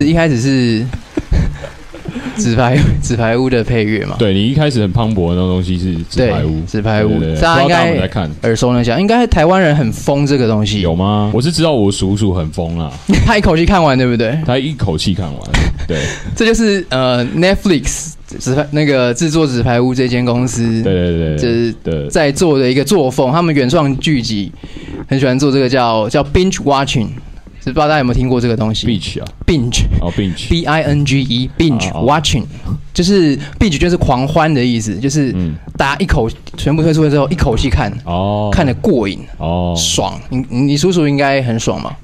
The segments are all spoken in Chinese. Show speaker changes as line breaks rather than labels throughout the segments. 一开始 是纸牌纸牌屋的配乐嘛，
对你一开始很磅礴的那种东西是纸牌屋，
对纸牌屋
对对对不知
大家
道
应该
大家有没有在看。
耳熟能详，应该台湾人很疯这个东西。
有吗？我是知道我叔叔很疯啊啦，
他一口气看完，对不对？
他一口气看完。对
这就是呃，Netflix 纸牌那个制作纸牌屋这间公司，
对对对
这
对
是
对，
在做的一个作风。他们原创剧集很喜欢做这个叫叫 binge watching，是不知道大家有没有听过这个东西
beach 啊，
？binge
哦 beach，
b i n g e binge
哦
watching，就是 binge 就是狂欢的意思，就是
嗯，
大家一口全部推出了之后一口气看，
哦，
看得过瘾，
哦，
爽。你你你叔叔应该很爽吧？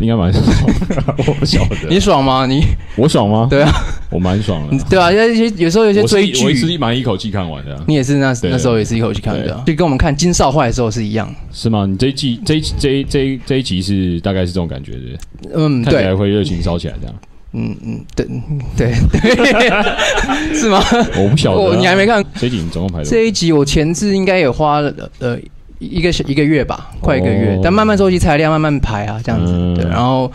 应该蛮爽 的，我不晓
你
得，
爽吗？你
我爽吗？
对啊，
我蛮爽
你
的，
对啊，有些有时候有些
我是
追
一我
剧。
是蛮一口气看完的啊，
你也是那
对
那时候也是一口气看的啊，就跟我们看金少坏的时候是一样。
是吗？你这一季这一这一这一这一集是大概是这种感觉的，
嗯，
看起来
对，
会热情烧起来这样，
嗯嗯， 对嗯对对，是 吗？
我不晓得
我
啊，
你还没看
这一集你总共排多
这一集，我前置应该也花了呃一个一个月吧，快一个月，
哦
但慢慢收集材料，慢慢排啊，这样子。
嗯
对，然后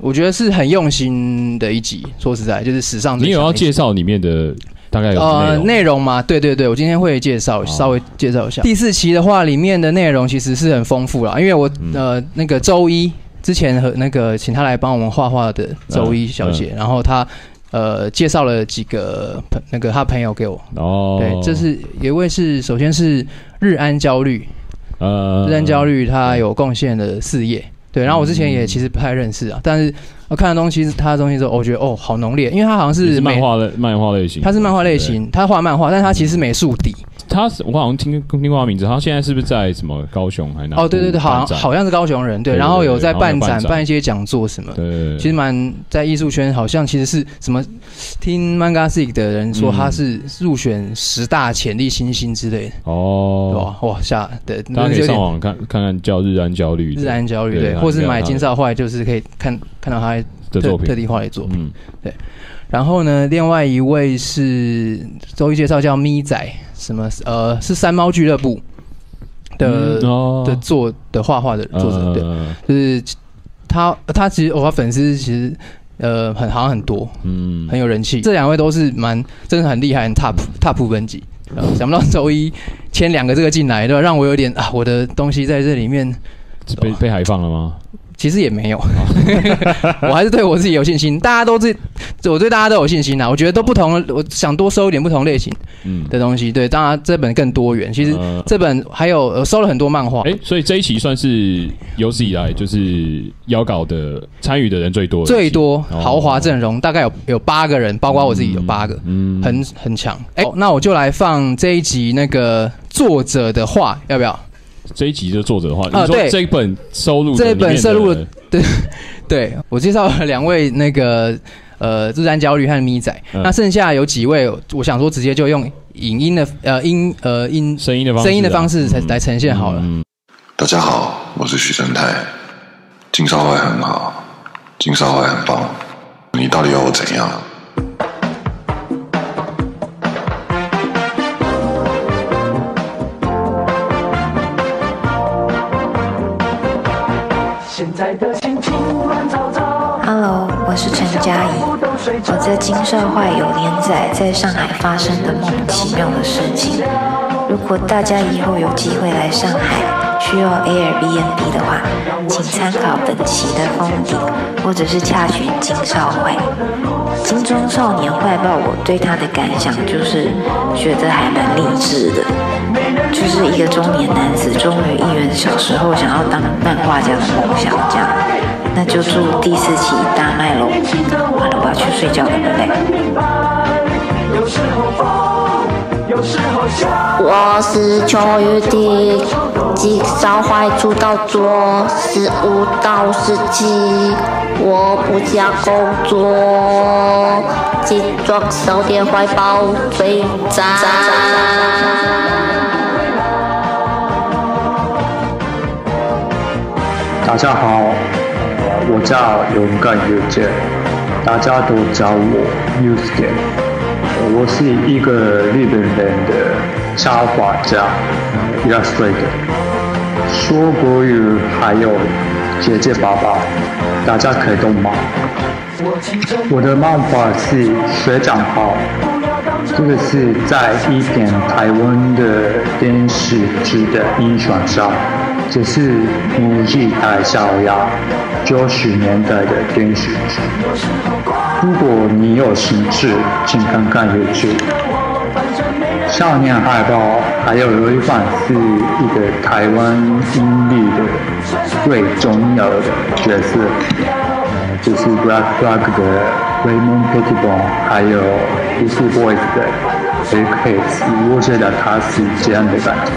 我觉得是很用心的一集，说实在，就是史上最
你有
强
要
的一集
介绍里面的大概有
呃
内容？
内容吗？对对对，我今天会介绍，
哦
稍微介绍一下。第四期的话，里面的内容其实是很丰富了，因为我、
嗯
呃那个周一之前和那个请他来帮我们画画的周
嗯
一小姐，然后她呃介绍了几个朋那个她朋友给我，
哦，
对，这是有一位是首先是日安焦虑，
呃
日安焦虑他有贡献的事业。对，然后我之前也其实不太认识啊，但是我看的东西，他的东西之后，我觉得哦，好浓烈，因为他好像
也
是
是漫
美
画类漫画类型，
他是漫画类型，他画漫画，但他其实是美术底。
对。他是我好像听听过他名字，他现在是不是在什么高雄还哪？
哦，对对对，好
办
像
展
好像是高雄人，对，
对对
然后有在办
对然后有
展
办，展
办一些讲座什么。
对对对，
其实蛮在艺术圈，好像其实是什么听 Manga Sick 的人说
嗯
他是入选十大潜力新星之类的，
哦，
哇哇吓对，
大家
那
可
是
以
有
上
点
网看看看叫日安焦虑的
自然焦虑
对
对，
他
或是
应该
买
他
金
的
少坏，就是可以看看到他
的
特
作
特
品，
地画的作品。
嗯，
然后呢，另外一位是周一介绍叫咪仔，什么呃是山猫俱乐部的
嗯哦
的做的画画的作者，对，
呃
就是他他其实我粉丝其实呃很好像很多，
嗯，
很有人气。这两位都是蛮真的很厉害，很 top top 本级。呃想不到周一签两个这个进来，对吧？让我有点啊，我的东西在这里面哦
被被海放了吗？哦
其实也没有， 我还是对我自己有信心。大家都是，我对大家都有信心啊呐。我觉得都不同，我想多收一点不同类型
嗯，
的东西。对，当然这本更多元。其实
呃
这本还有呃收了很多漫画，
哎，所以这一期算是有史以来就是邀稿的参与的人最多的一期，
最多
哦
豪华阵容大概有有八个人，包括我自己有八个，
嗯，哦
很很强。哎、那我就来放这一集那个作者的话，要不要？
这一集的作者的话，
啊
你说
对
这一本收录的
这一本
里面的
收录了对我介绍了两位那个呃自然焦虑和咪仔，
嗯
那剩下有几位，我想说直接就用影音的呃音呃音
声音的方式啊
声音的方式才、来呈现好了。
嗯，
大家好，我是徐正泰。金少坏很好，金少坏很棒。你到底要我怎样？
现在的心情乱糟糟，
Hello，我是陈佳怡。我在金社坏有连载在上海发生的梦奇妙的事情。如果大家以后有机会来上海，需要 Airbnb 的话，请参考本期的封底，或者是洽询金少坏。金钟少年坏报，我对他的感想就是觉得还蛮励志的，就是一个中年男子终于应援小时候想要当漫画家的梦想，这样。那就祝第四期大卖喽！完了，我要去睡觉了，拜拜。
明白，有时候疯，有时候笑。
我是秋雨的，吉烧坏出道桌，十五到十七，我不想工作，请装手电怀抱最赞。
大家好，我叫勇敢有健，大家都叫我 u s k e 我是一个日本人的插画家、illustrator，说国语还有姐姐爸爸，大家可以懂吗？我的办法是学长号，这个是在一点台湾的电视剧的音响上，这是母剧台小鸭九十年代的电视剧。如果你有兴趣，请看看 YouTube。少年海报还有有一款是一个台湾音律的最重要的角色，呃就是 Black Black 的 Raymond Pettibone，还有 DC Boys 的 Rick Hayes，我觉得他是这样的感觉。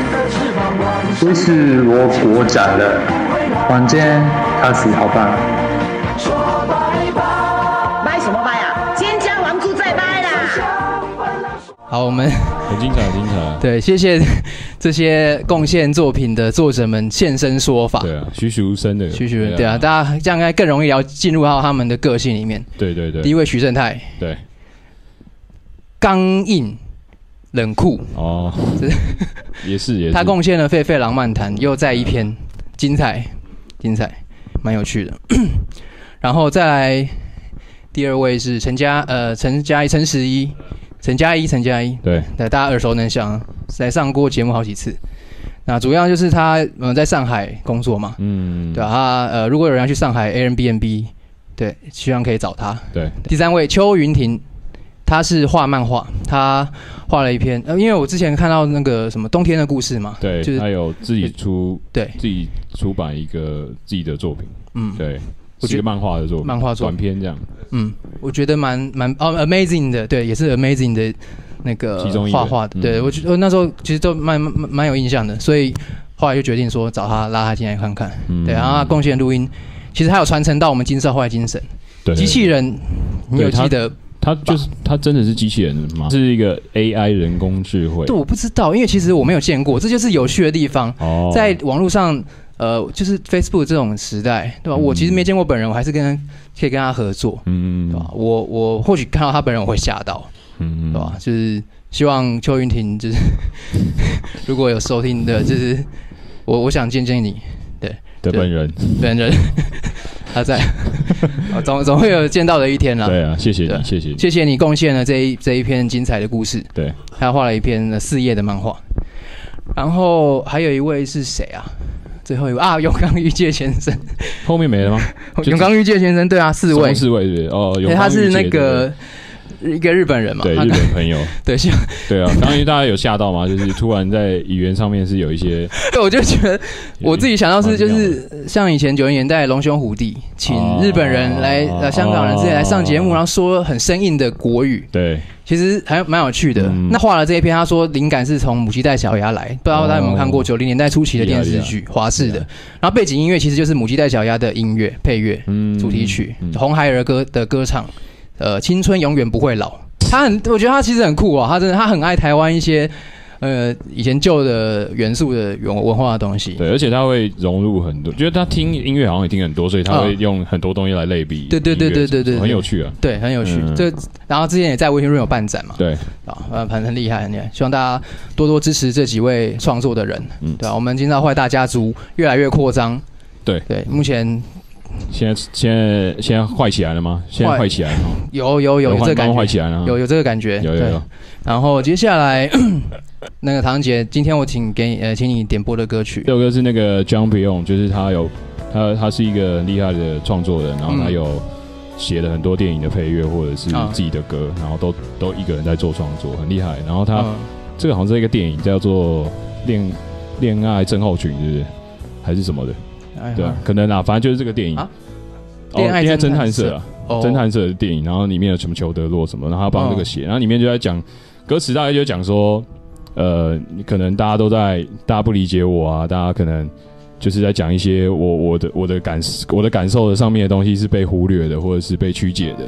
这是我国展的，房间开始好棒。
掰什么掰啊？尖椒王猪在掰啦！
好，我们。
很精彩，很精彩
对谢谢这些贡献作品的作者们现身说法。
对啊，栩栩如生的，
徐徐对啊，，大家这样应该更容易了进入到他们的个性里面。
对对
第一
对，
位徐正泰，
对
刚硬冷酷，
哦， 也是也是，
他贡献了《沸沸浪漫谈》，又在一篇，精彩，精彩，蛮有趣的。然后再来第二位是陈嘉，呃，陈嘉一，陈十一，陈嘉一，陈嘉一，
对
对，大家耳熟能详，来上过节目好几次。那主要就是他，嗯、在上海工作嘛，
嗯
对啊，他呃，如果有人要去上海 Airbnb，对，希望可以找他。
对
第三位邱云婷，她是画漫画，她画了一篇，呃，因为我之前看到那个什么冬天的故事嘛，
对，
就是
他有自己出
对
自己出版一个自己的作品，
嗯
对，
我
是
觉得
一个漫画的作品，
漫画作
短
品
篇这样，
嗯，我觉得蛮蛮哦 amazing 的，对，也是 amazing 的那个
其中一个
画画的，
嗯
对我觉得我那时候其实都蛮蛮蛮有印象的，所以后来就决定说找他拉他进来看看，
嗯
对，然后他贡献录音，其实他有传承到我们金少坏精神，
对，
机器人，你有
对他
记得？
他就是他真的是机器人吗？是一个 AI 人工智慧，
对，我不知道，因为其实我没有见过，这就是有趣的地方。
哦，
在网络上，呃，就是 Facebook 这种时代，对吧？
嗯
我其实没见过本人，我还是跟可以跟他合作，
嗯
对吧？我我或许看到他本人我会吓到，
嗯
对吧？就是希望邱云婷，就是 如果有收听的，就是我我想见见你
的本人，
本人， 他在，啊总总会有见到的一天啦。
对啊，谢谢
对
你，谢谢你，
谢谢你贡献了这一这一篇精彩的故事。
对，
他画了一篇呃四页的漫画。然后还有一位是谁啊？最后一位啊，永康裕介先生，
后面没了吗？就
哦永康裕介先生，对啊，四
什
位
么，四位对不对哦，
因
永
为
康
他是
御
那
姐
个一个日本人嘛，
对
他
对日本朋友，
对，希望
对啊，当然大家有吓到吗？就是突然在语言上面是有一些，
对，我就觉得我自己想到是就
蛮妙
是像以前九零年代龙兄虎弟，请
哦
日本人来呃香港人之类来上节目，
哦
然后说很生硬的国 语，
对，
其实还蛮有趣的。
嗯
那画了这一篇，他说灵感是从母鸡带小鸭来，不知道大家有没有看
哦
过九零年代初期的电视剧，华视的。然后背景音乐其实就是母鸡带小鸭的音乐配乐、
嗯
主题曲，
嗯
红孩儿歌的歌唱，呃，青春永远不会老。他很，我觉得他其实很酷啊，他真的他很爱台湾一些。呃，以前旧的元素的文文化的东西，
对，而且他会融入很多，觉得他听音乐好像也听很多，所以他会
嗯
用很多东西来类比音乐，
对对对对对对对
很有趣啊，
对，很有趣。
嗯
这然后之前也在微信润有办展嘛，
对，
啊，呃，反正很厉害，很厉害。希望大家多多支持这几位创作的人，
嗯
对啊，我们金兆坏大家族越来越扩张，
对
对，目前
现在现在现在坏起来了吗？现在
坏
坏起来了吗，
有有有这
坏
个感
慢慢坏
觉，
起来了啊，
有有这个感觉，
有有
对
有。
然后接下来， 那个唐姐，今天我请给你呃，请你点播的歌曲
这，首歌是那个 John Beyond，就是他有他他是一个很厉害的创作人，然后他
嗯
有写了很多电影的配乐或者是
啊
自己的歌，然后都都一个人在做创作，很厉害。然后他、
嗯
这个好像是一个电影叫做《恋恋爱症候群》，是不是？还是什么的？
哎
对啊，可能啊，反正就是这个电影。
啊
哦
恋爱
恋爱
侦
侦
探
探
社
社啊，
哦
侦探社的电影，然后里面有什么裘德洛什么，然后他帮这
嗯
个写，然后里面就在讲歌词，大概就讲说，呃，可能大家都在，大家不理解我啊，大家可能就是在讲一些我我的我的感我的感受的上面的东西是被忽略的，或者是被曲解的，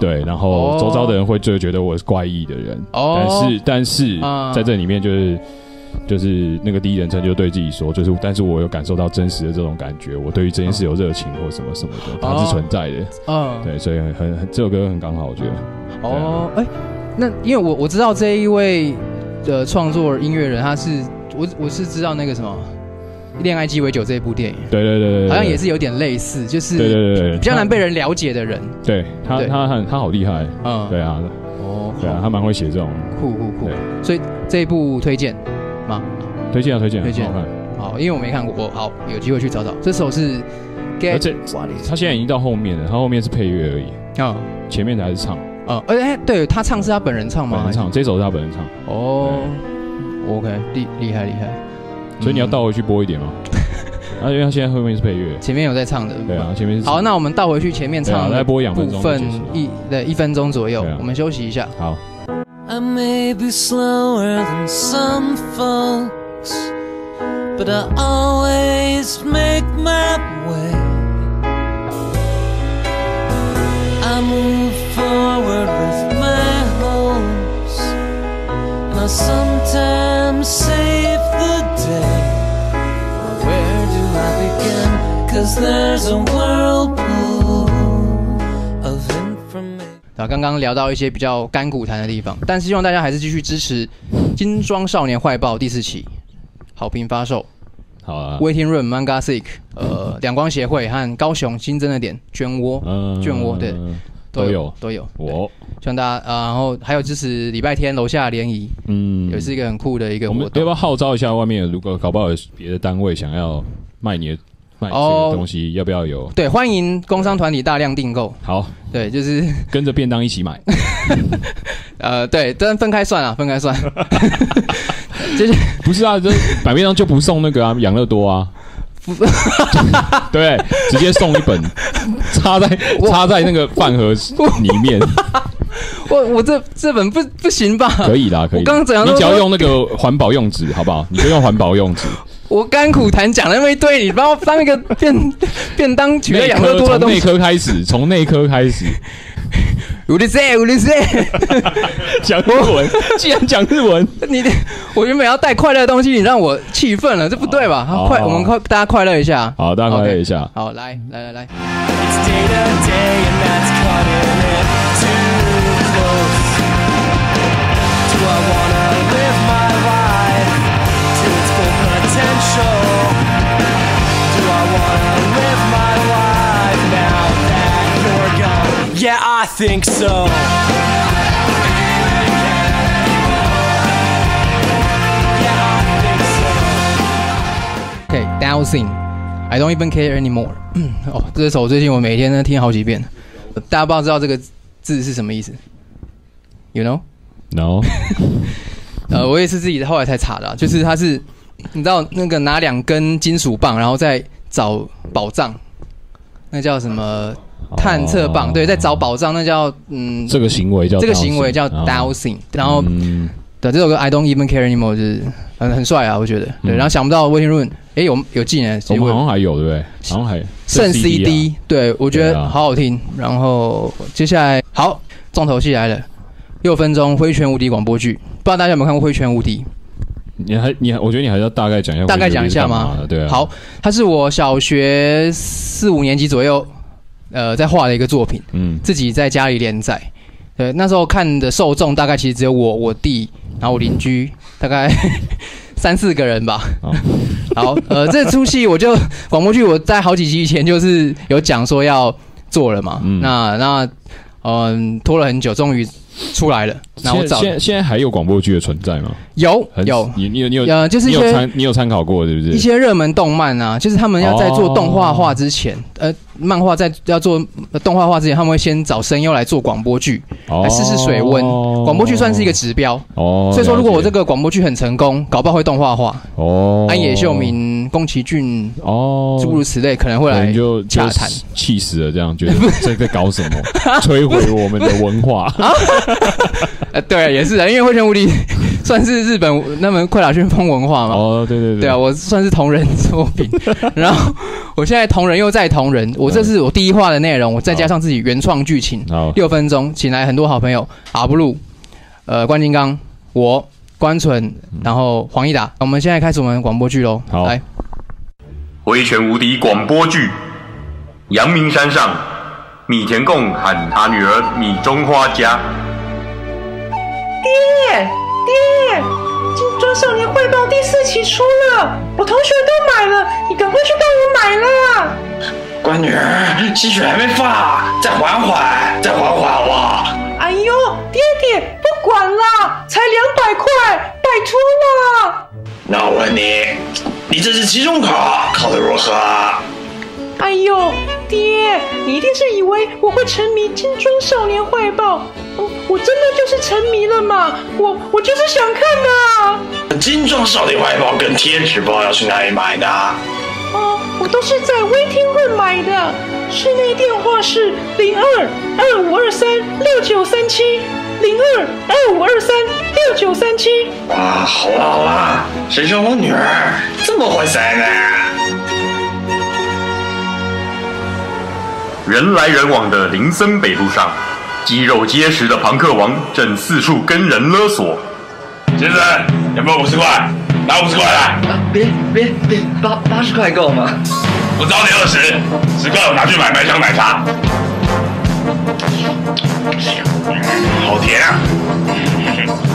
对，然
哦
后周遭的人会就觉得我是怪异的人，
哦
但是但是
啊
在这里面就是。就是那个第一人称就对自己说，就是，但是我有感受到真实的这种感觉，我对于这件事有热情或什么什么的，它
哦
是存在的。
嗯，
对，所以很很这首歌很刚好，我觉得。
哦，哎，那因为我我知道呃这一位的创作音乐人，他是我我是知道那个什么，恋爱鸡尾酒》这部电影，
对对对对对，
好像也是有点类似，就是
对对对对，
比较难被人了解的人。
他，对他
对
他很他好厉害，
嗯，
对啊
哦，
对啊，他蛮会写这种，
酷酷酷。
对
所以这一部推荐吗？
推荐啊推荐啊，
推荐
很好看。
好，因为我没看过，好，有机会去找找。这首是 Get
而且他现在已经到后面了，他后面是配乐而已，
啊
前面才是唱，
啊，而且对他唱是他本人唱
本
吗？
人唱，这首是他本人唱，
哦，OK，厉厉害厉害。嗯
所以你要倒回去播一 点吗？啊，因为他现在后面是配乐，
前面有在唱的，
对啊，前面是
嗯好，那我们倒回去前面
对啊
唱
再
的
播两分
部
钟
分
就结束了
一对一分钟左右
对啊，
我们休息一下。
好，
I may be slower than some folks, but I always make my way. I move forward with my hopes, and I sometimes save the day. Where do I begin? Cause there's a whirlpool of information.
啊，刚刚聊到一些比较干股谈的地方，但是希望大家还是继续支持《金装少年坏报》第四期，好评发售。
好啊，
Waiting Room、Manga Sick、呃，两光协会和高雄新增的点漩涡
嗯
漩涡对
都
有
有
都有。对
我，
希望大家，呃然后还有支持礼拜天楼下联谊，
嗯
也是一个很酷的一个
我们
活
要不
动。
要号召一下外面？如果搞不好有别的单位想要卖你的卖你
哦
的东西，要不要有？
对，欢迎工商团体大量订购。
好，
对，就是
跟着便当一起买。
呃，对，但分开算啊，分开 算。就是
不是啊，这买便当就不送那个啊，养乐多啊。 对，直接送一 本，插在插在那个饭盒里面，
我我这这本不不行吧？
可以啦，可以。
我刚刚怎样都
你只要用那个环保用纸，好不好？你就用环保用纸，
我甘苦谈讲了那么一堆，你把我当一 个便便当 取代
内
养乐
科
多的
从
东
内
西。
科开始，从内科开始
我的塞，我的塞，
讲日 文，既然讲日文，
你我原本要带快乐的东西，你让我气愤了，这不对吧？
好
快，
好
我们快大家快乐一下。
好，大家哦快乐
OK
一下。
好，来来来来，
It's day to day, and that's cutting it too close. Do I wanna live my life to its full potential? Do I wanna live my life now that you're gone? Yeah, I think so. Yeah, I think so.
OK Dowsing。I don't even care anymore 。 哦，这首最近我每天呢听好几遍。大家不知道知道这个字是什么意思？You know？
No，
呃，我也是自己后来才查的啊、就是他是，你知道那个拿两根金属棒，然后再找宝藏，那叫什么探测棒？
哦
对，在找宝藏，那叫嗯，
这个行为叫
这个行为
dowsing，
叫
哦
dowsing、然后、
嗯
对这首歌 I don't even care anymore 就是很很帅啊，我觉得。对，
嗯
然后想不到 Waiting Room，哎，有有技能，
我
结
们好
果
像还有对不对？好像还
剩 CD，、对我觉得
对啊
好好听。然后接下来好重头戏来了，六分钟挥拳无敌广播剧，不知道大家有没有看过《挥拳无敌》？
你还你还，我觉得你还是要大概讲一下，
大概讲一下
嘛
吗？
对啊，
好，，它是我小学四五年级左右，呃，在画的一个作品，
嗯
自己在家里连载。对，那时候看的受众大概其实只有我、我弟，然后我邻居，大概 三四个人吧。
好
好，呃，这出戏我就广播剧，我在好几集以前就是有讲说要做了嘛。
嗯
那那嗯、拖了很久，终于出来了。那我
现在
找
现在现在还有广播剧的存在吗？
有
很
哦有
你你有你有
呃就是
你
一些
有参你有参考过对不
一
对？
些热门动漫啊，就是他们要在做动画化之前，
哦
呃，漫画在要做呃动画化之前，他们会先找声优来做广播剧，
哦
来试试水温。广播剧算是一个指标，
哦，
所以说如果我这
个
个广播剧很成功，搞不好会动画化，
哦，
安野秀明、宫崎骏
哦，
诸如此类可能会
可
来
能就就
洽谈。
气死了，这样觉得这在搞什么，摧毁我们的 文化。
呃，对，也是啊，因为《灰尘无敌》 算是日本那门快打旋风文化嘛。
哦，对对对，
对啊，我算是同人作品， 然后我现在同人又再同人，我这是我第一话的内容，我再加上自己原创剧情，
嗯好，
六分钟，请来很多好朋友，阿布鲁，呃，关金刚，我，关纯，然后黄义达。我们现在开始我们的广播剧喽。
嗯好
来，
挥拳无敌广播剧，阳明山上，米田共喊他女儿米中花家。
爹，爹，金装少少年汇报》第四期出了，我同学都买了，你赶快去帮我买啊啦！
乖女儿，吸血还没放，再缓缓，再缓缓好不好？
哎呦，爹爹，不管啦，才两百块，拜托啦！
那我问你，你这次期中考考得如何？
哎呦，爹，你一定是以为我会沉迷《金装少年汇报》我我真的就是沉迷了嘛？我我就是想看呐、
精装少年外包跟贴纸包要去哪里买的？
哦，我都是在微听论买的，室内电话是零二二五二三六九三七零二二五二三六九三七。
啊，好啦好啦，谁叫我女儿这么会塞呢？
人来人往的林森北路上，肌肉结实的庞克王正四处跟人勒索。
先生，有没有五十块？拿五十块来。
别别别，八八十块够吗？
我找你二十，十块我拿去买麦香奶茶。好甜啊！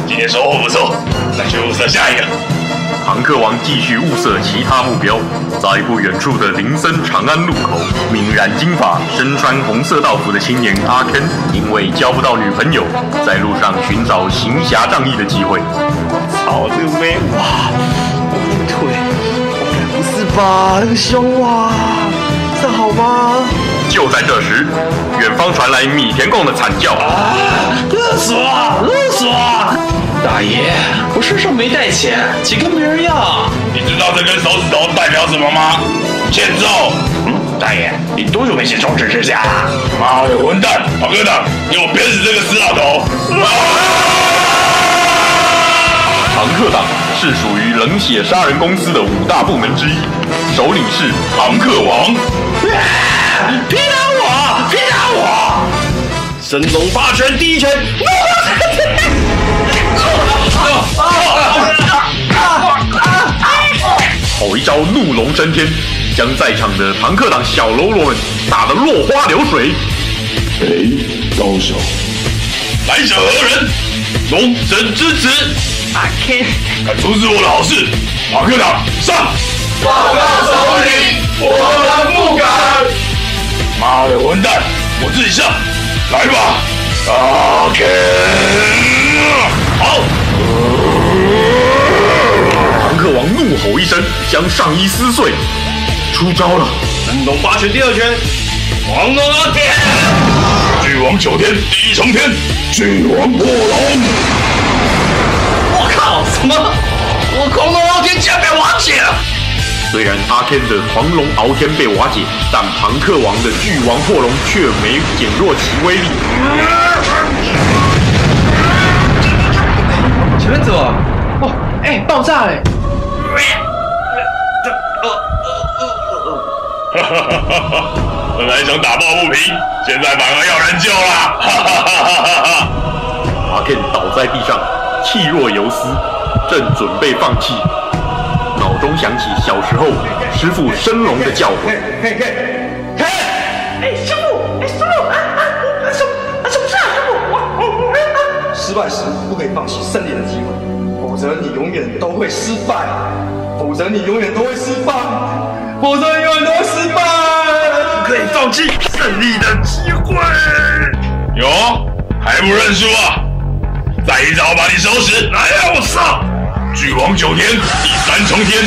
今天收获不错，再去物色下一个。
庞克王继续物色其他目标，在不远处的林森长安路口，敏染金发、身穿红色道服的青年阿 Ken，因为交不到女朋友，在路上寻找行侠仗义的机会。
好这个妹，哇，我的腿，不是吧？那个胸哇，这好吗？
就在这时，远方传来米田共的惨叫。
勒索，勒索！大爷，我身上没带钱，请跟别人要。你知道这根手指头代表什么吗？欠揍！嗯，大爷，你多久没写中指指甲了？妈的，混蛋，跑哥党，给我鞭死这个死老头！
庞克党是属于冷血杀人公司的五大部门之一，首领是庞克王。
别打我！别打我！神龙八拳第一拳，
好一招怒龙升天，将在场的庞克党小喽啰们打得落花流水。
哎，高手，
来者何人？龙神之子，阿 K，敢阻止我的好事，马克党上！报告首领，我们不敢。妈的混蛋，我自己上，来吧，阿 K，好。
庞克王怒吼一声，将上衣撕碎，出招了。
神龙八拳第二拳，王龙阿 K，巨王九天第一重天，巨王破龙。我靠，什么？我恐龙傲天竟然被瓦解了！
虽然阿 Ken 的狂龙敖天被瓦解，但庞克王的巨王破龙却没减弱其威力。
前面怎么？哦，哎、爆炸嘞！
哈哈哈哈！ 本来想打抱不平，现在反而要人救啦！哈哈哈哈 哈！
阿 Ken 倒在地上，气若游丝，正准备放弃，脑中想起小时候师傅升龙的教诲。
哎，师傅，哎，师傅，啊啊，啊什么啊什么事啊，师傅，我我我啊！
失啊败时不可以放弃胜利的机会，否则你永远都会失败，否则你永远都会失败，否则你永远都会失败。
不可以放弃胜利的机会。哟，还不认输啊？再一招把你收拾！来呀、我操！巨王九天，第三重天，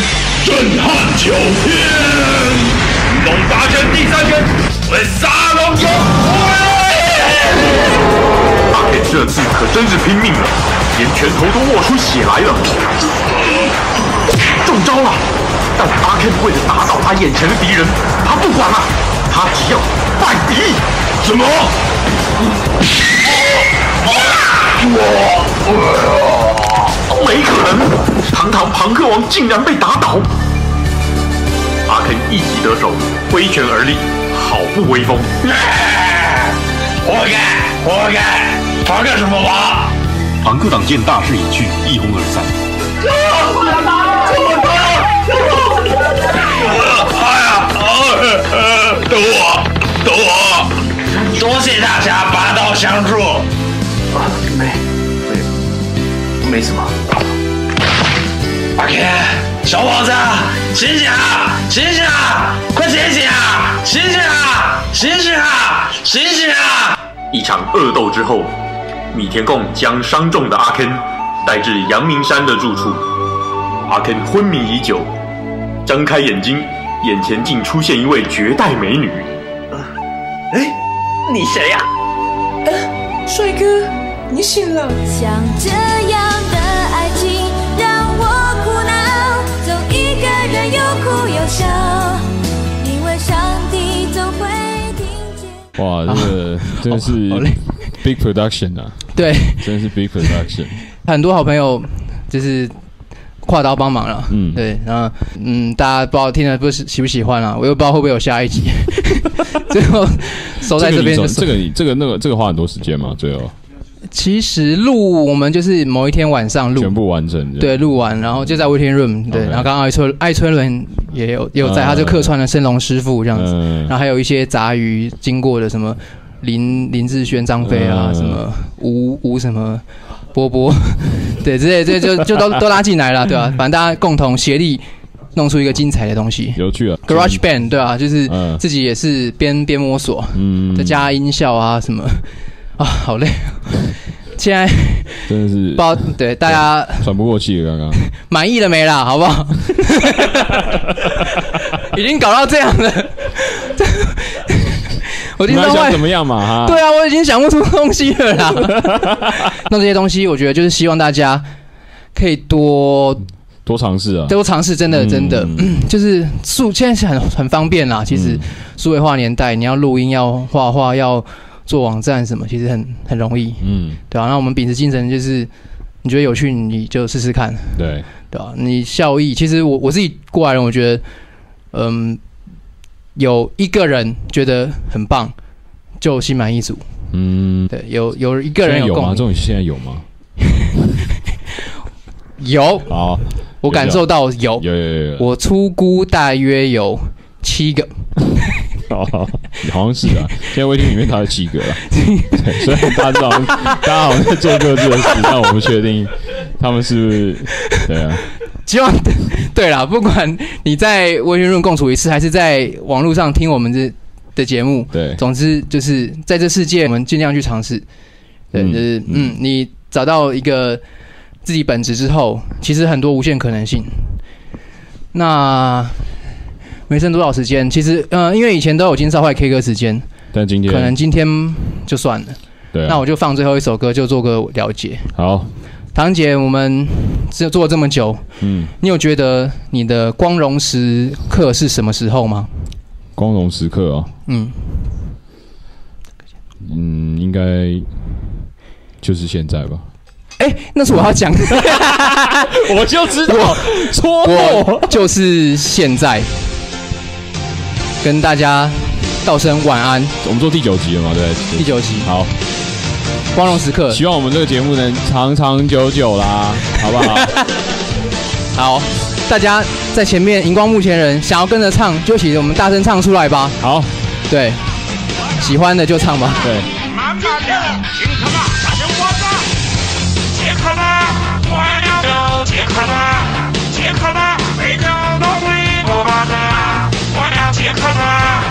震撼九天，龙八拳第三拳，我的杀龙拳！
阿 Ken 这次可真是拼命了，连拳头都握出血来了，中招了。但阿 Ken 为了打倒他眼前的敌人，他不管了，他只要败敌。
什么？
没可能！堂堂庞克王竟然被打倒。阿 Ken 一击得手，挥拳而立，好不威风。
活该，活该，玩干什么玩？
庞克党见大势已去，一哄而散。
等我，等我！多谢大家拔刀相助。啊，没，没，没什么。阿 K，小伙子，醒醒啊，醒醒啊，快醒醒啊，醒醒啊，醒醒啊，醒醒啊！
一场恶斗之后，米田共将伤重的阿 Ken 带至阳明山的住处。阿 Ken 昏迷已久，张开眼睛，眼前竟出现一位绝代美女。
哎，你谁呀、
帅哥，你醒了。
像这样的爱情让我苦恼，总一个人又哭又笑，因为上帝总会听见。
哇，这个
啊
真的是 big production 啊！
对，
真的是 big production。
很多好朋友就是跨刀帮忙了，
嗯，
对，然后嗯，大家不知道听了不是喜不喜欢啊，我又不知道会不会有下一 集，最后守在这边
个
就
你走
守
这个你这个那个这个花很多时间嘛，最后
其实录我们就是某一天晚上录，
全部完整这样。
对，录完然后就在 waiting room，对，然后刚好艾春艾春伦也有也有在，
嗯
他就客串了升龙师傅这样子，
嗯
然后还有一些杂鱼经过的什么林林志轩、张飞啊，
嗯
什么吴吴什么波波， 对，之类这就就都都拉进来了，对吧、反正大家共同协力弄出一个精彩的东西。
有趣啊
Garage Band 对啊，就是
嗯
自己也是边边摸索，
嗯
再加音效啊什么啊，好累哦。现在
真的是
包对大家
喘不过气了，刚刚。
满意了没啦？好不 好？已经搞到这样了， 我已经
你
在
们还
外
想怎么样嘛？哈，
对啊，我已经想不出东西了 啦。弄这些东西，我觉得就是希望大家可以多
多尝试啊，
多尝试，真的
嗯
真的， 就是数现在是很很方便啦。其实数位化年代，你要录音、要画画、要做网站什么，其实很很容易，
嗯，
对啊，那我们秉持精神就是，你觉得有趣你就试试看，
对，
对啊，你效益，其实我我自己过来人，我觉得，嗯，有一个人觉得很棒，就心满意足。
嗯，
对，有有一个
现
人
在有
共
吗？这
鸣，
种现在有吗？
有，
好，
我感受到有，
有有有有，
我出估大约有七 个，
好好哦好像是啊。现在微信里面它有七个了，对，虽然大家知道大家好像在做各自的事，但我不确定他们是不是对啊。
希望对啦，不管你在微信论共处一次，还是在网络上听我们这的节目，
对
总之就是在这世界，我们尽量去尝试。对，
嗯
就是嗯，你找到一个自己本职之后，其实很多无限可能性。那没剩多少时间，其实呃，因为以前都有金少坏 K 歌时间，
但今天
可能今天就算了。
对啊，
那我就放最后一首歌，就做个了解。
好，
唐姐，我们只做了这么久，
嗯，
你有觉得你的光荣时刻是什么时候吗？
光荣时刻哦，
嗯，
嗯，应该就是现在 吧。
哎、那是我要讲的，
我就知道，戳
我就是现在，跟大家道声晚安。
我们做第九集了嘛，对不对，
第九集，
好，
光荣时刻，
希望我们这个节目能长长久久啦，好不好？
好，大家在前面荧光幕前人想要跟着唱，就请我们大声唱出来吧。
好，
对，喜欢的就唱吧。
对。
满满的，请客吧，大家我吧，请客吧，我要请客吧，请客吧，每个都为我吧的，我要请客吧，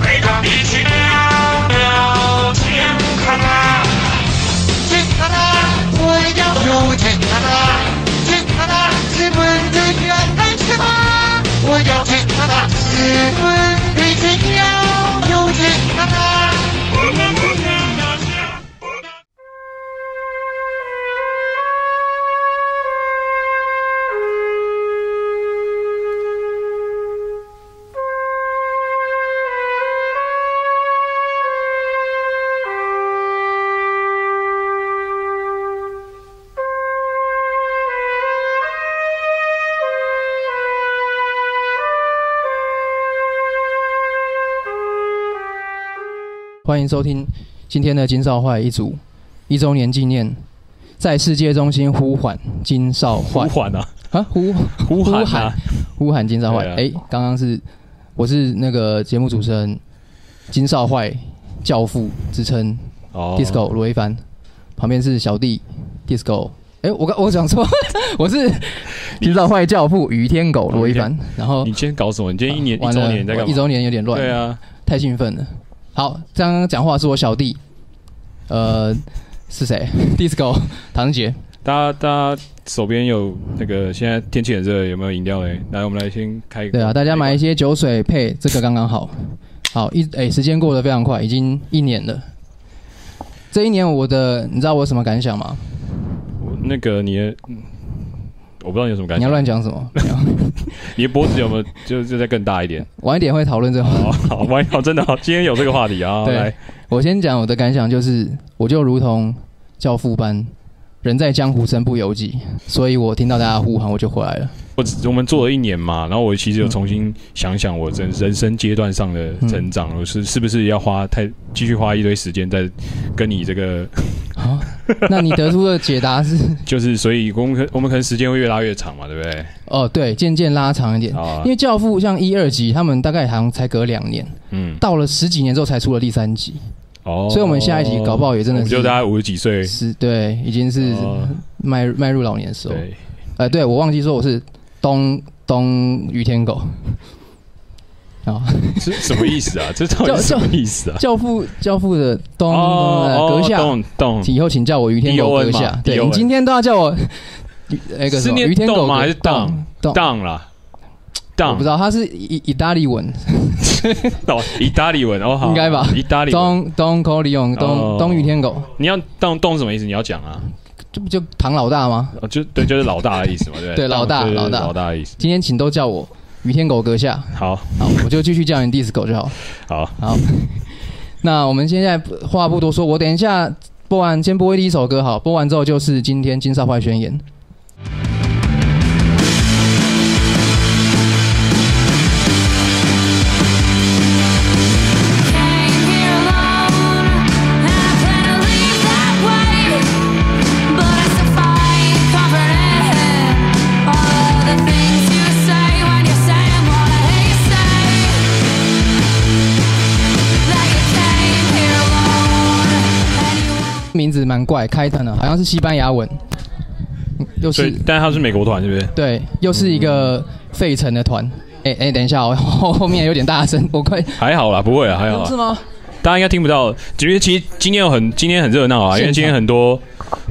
每个必须要请客吧，请客吧，我要有请客吧，请客吧，你们的缘分是吧？我要请客吧，你们必须要有请客吧。
欢迎收听今天的金少坏一组一周年纪念，在世界中心呼唤金少坏
呼唤啊，
啊呼
呼喊啊
喊呼喊金少坏
对啊。
哎、刚刚是我是那个节目主持人金少坏教父之称
哦
disco 罗一凡，旁边是小弟 disco 哎，我刚我讲错， 我是寻找坏教父于天狗罗一凡。然后啊
你今天搞什么？你今天一年一
完
周
了
年在干
我
嘛？
一周年有点乱，
对啊，
太兴奋了。好，刚刚讲话是我小弟，呃，是谁？Disco 唐杰。
大家大家手边有那个现在天气很热，有没有饮料嘞？来，我们来先开一个。
对啊，大家买一些酒水配这个刚刚好。好一哎、时间过得非常快，已经一年了。这一年我的，你知道我有什么感想吗？
那个你的，嗯我不知道你有什么感
你
觉
要。乱讲什 么？
你的脖子有没有就就再更大 一点？
晚一点会讨论这个话
好好，玩好，真的好，今天有这个话题啊。
对
来，，
我先讲我的感想，就是我就如同教父般，人在江湖身不由己，所以我听到大家呼喊，我就回来了。
我只我们做了一年嘛，然后我其实有重新想一想我
嗯
人人生阶段上的成长，我是是不是要花太继续花一堆时间在跟你这个，
那你得出的解答是，
就是所以我们可我们可能时间会越拉越长嘛，对不对？
哦，对，渐渐拉长一点，
啊
因为教父像一二集，他们大概好像才隔两年，
嗯，
到了十几年之后才出了第三集，
哦，
所以我们下一集搞不好也真的
我们
是
就大概五十几岁，
是对，已经是迈入迈入老年的时候。
哦对，
呃，对我忘记说我是东东于天狗。啊，
这什么 意思啊？这到底是什么意思啊？
教父教父的东、
哦
呃阁下，
懂懂
以后请叫我于天狗
D.O.N
阁下
嘛。
对
D.O.N
你今天都要叫我
哦
那个什
是
么
念
于天狗
动
阁
吗？还是
当
当
当
当啦？
我不知道，它是意意大利文，
哦，意大利文哦，好，
应该吧？
意大利文，
东东口里用
哦
东东于天狗，
你要当动什么意思？你要讲啊，
这不就唐老大吗？
哦就对，就是老大的意思嘛，对不对？
对，老大
当
老大
老大的意思。
今天请都叫我于天狗阁下。
好，
好，我就继续叫你 disco 就好。
好，
好， 那我们现在不话不多说，我等一下播完先播第一首歌，好，播完之后就是今天金少坏宣言。名字蛮怪，开腾的，好像是西班牙文，嗯又
所
是
以，但他是美国团，是不是？
对，又是一个费城的团。哎哎，等一 下哦，后后面有点大声，我快
还好啦，不会啊，还好啦。
是吗？
大家应该听不到，因为其实今天有很今天很热闹啊，因为今天很多，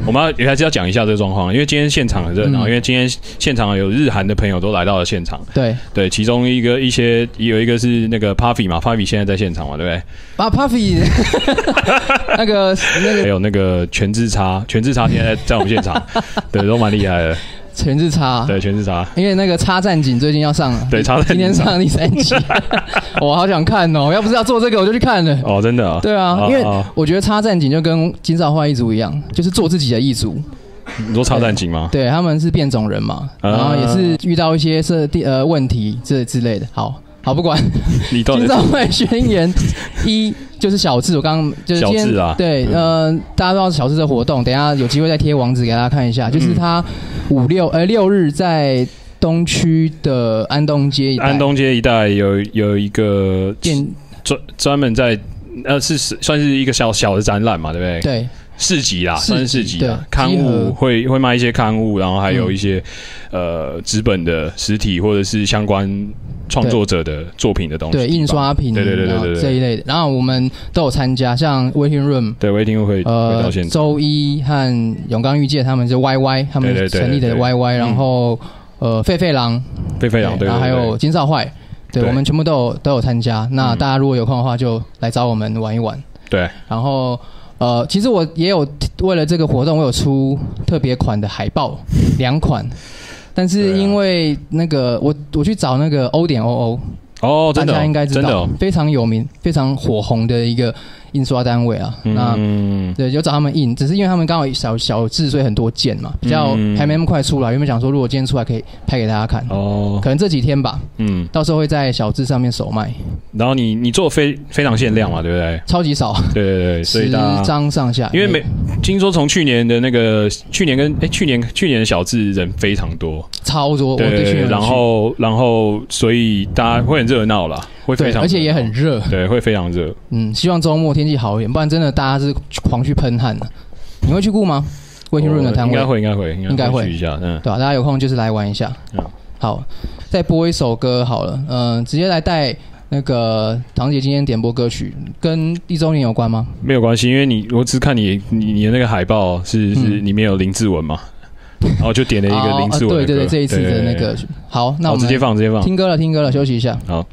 我们要也还是要讲一下这个状况，因为今天现场很热闹，
嗯
因为今天现场有日韩的朋友都来到了现场，
对，
对，其中一个一些有一个是那个 Puffy 嘛，Puffy 现在在现场嘛，对不对？
把啊 Puffy 那个那个
还有那个全智差，全智差现在在在我们 现场，对，都蛮厉害的，
全是叉，
对，全智差，
因为那个《叉战警》最近要上了，
对叉战
今
警
天上第三集， 我好想看哦！要不是要做这个，我就去看了。
哦，真的啊，
对啊，
哦
因为
哦
我觉得《叉战警》就跟金少化一族一样，就是做自己的一族。
你说超战警吗？
对，他们是变种人嘛，
啊
然后也是遇到一些设定呃问题这之类的。好好不管，
你到底
金少会宣言一就是小智，我刚刚就是今
小智
天、
啊
对，呃，大家都知道小智这活动，等一下有机会再贴网址给大家看一下，
嗯
就是他五六呃六日在东区的安东街一带
安东街一带有有一个
店，
专专门在呃是是算是一个小小的展览嘛，对不对？
对，
市集啦，
市
算是市
集
集啦，
对
刊
集
物
合嗯
会会卖一些刊物，然后还有一些、呃纸本的实体或者是相关创作者的作品的东西地
对
方，
印刷品，
对对对
然后
对对
这一
对，
类的，然后我们都有参加，像 Waiting Room。
对我一定会会到
呃
现，场，
周一和永刚遇见他们就 YY，他
对对
们
对
成立的
对
YY，
嗯
然后呃，狒狒狼，
沸沸扬对，
然后还有金少坏，对
对
我们全部都有都有参加。那
嗯
大家如果有空的话，就来找我们玩一玩。
对对
然后呃，其实我也有为了这个活动，我有出特别款的海 报两款，但是因为那个我我去找那个 O 点 O O，
啊哦，
大
真的哦
家应该知
真的
道
哦，
非常有名、非常火红的一个印刷单位啊。那
嗯，
对，有找他们印，只是因为他们刚好小小字，所以很多件嘛，比较
嗯
还没那么快出来。原本想说，如果今天出来可以拍给大家看，
哦
可能这几天吧，
嗯，
到时候会在小字上面首卖，
然后你你做非非常限量嘛，对不对？
超级少，
对对对，所以
十
大家
张上下。
因为每听说从去年的那个去年跟哎、去年去年的小智人非常多，
超多，我对去
对，
年有
然
去
后然后所以大家会很热闹啦，会非
对，
常，
而且也很热，
对，会非常热。
嗯，希望周末天气好一点，不然真的大家是狂去喷汗的。你会去顾吗？魏清润的摊位
哦应该会，应该会，
应该会
去一下，嗯，
对吧、大家有空就是来玩一下。好，再播一首歌好了，嗯、直接来带那个堂姐今天点播歌曲，跟一周年有关吗？
没有关系，因为你我只看你你你的那个海报是是里面有林志文嘛，然后就点了一
嗯哦
个林志文
对
的歌，
对对，这一次的那个，好，那我们
好直接放直接放
听歌了，听歌了，休息一下。
好。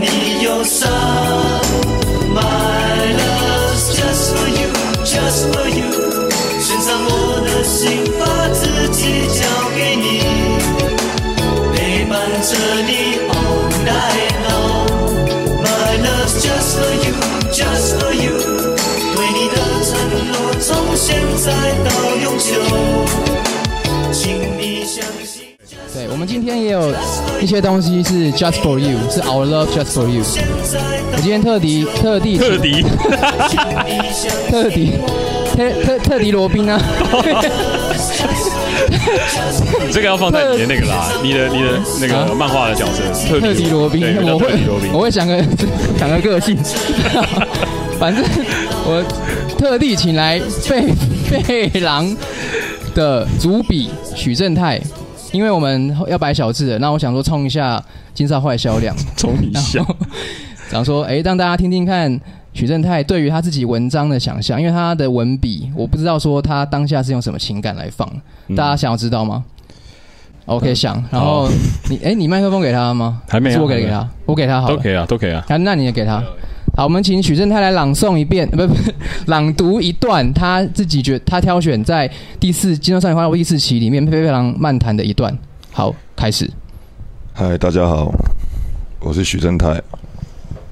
你忧伤。My love's just for you, just for you。献上我的心，把自己交给你，陪伴着你 all night long。My love's just for you, just for you。对你的承诺，从现在到永久，请你相信。
对，我们今天也有一些东西是 just for you，是 our love just for you。我今天特地特地特
地
特地特特特地罗 宾啊，
你这个要放在你的那个啦，你的你的那个漫画的角色特
啊特地罗宾
对，
我
叫
会
特迪罗宾
我会想个想个个性，反正我特地请来贝贝狼的主笔许正泰。因为我们要摆小字的，那我想说冲一下金少坏销量，
冲一下，
想说，哎，让大家听听看许正泰对于他自己文章的想象，因为他的文笔，我不知道说他当下是用什么情感来放，大家想要知道吗？OK，、想，然后
好
你，哎，你麦克风给他了吗？
还没啊
是我给给
还
他
没，
我给他好
都
了。
可以啊，都可以啊。
啊，那你也给他。好，我们请许正泰来朗诵一遍，呃不不，朗读一段他自己觉他挑选在第四《金钟少年花落》第四期里面《飞飞狼漫谈》的一段。好，开始。
嗨，大家好，我是许正泰。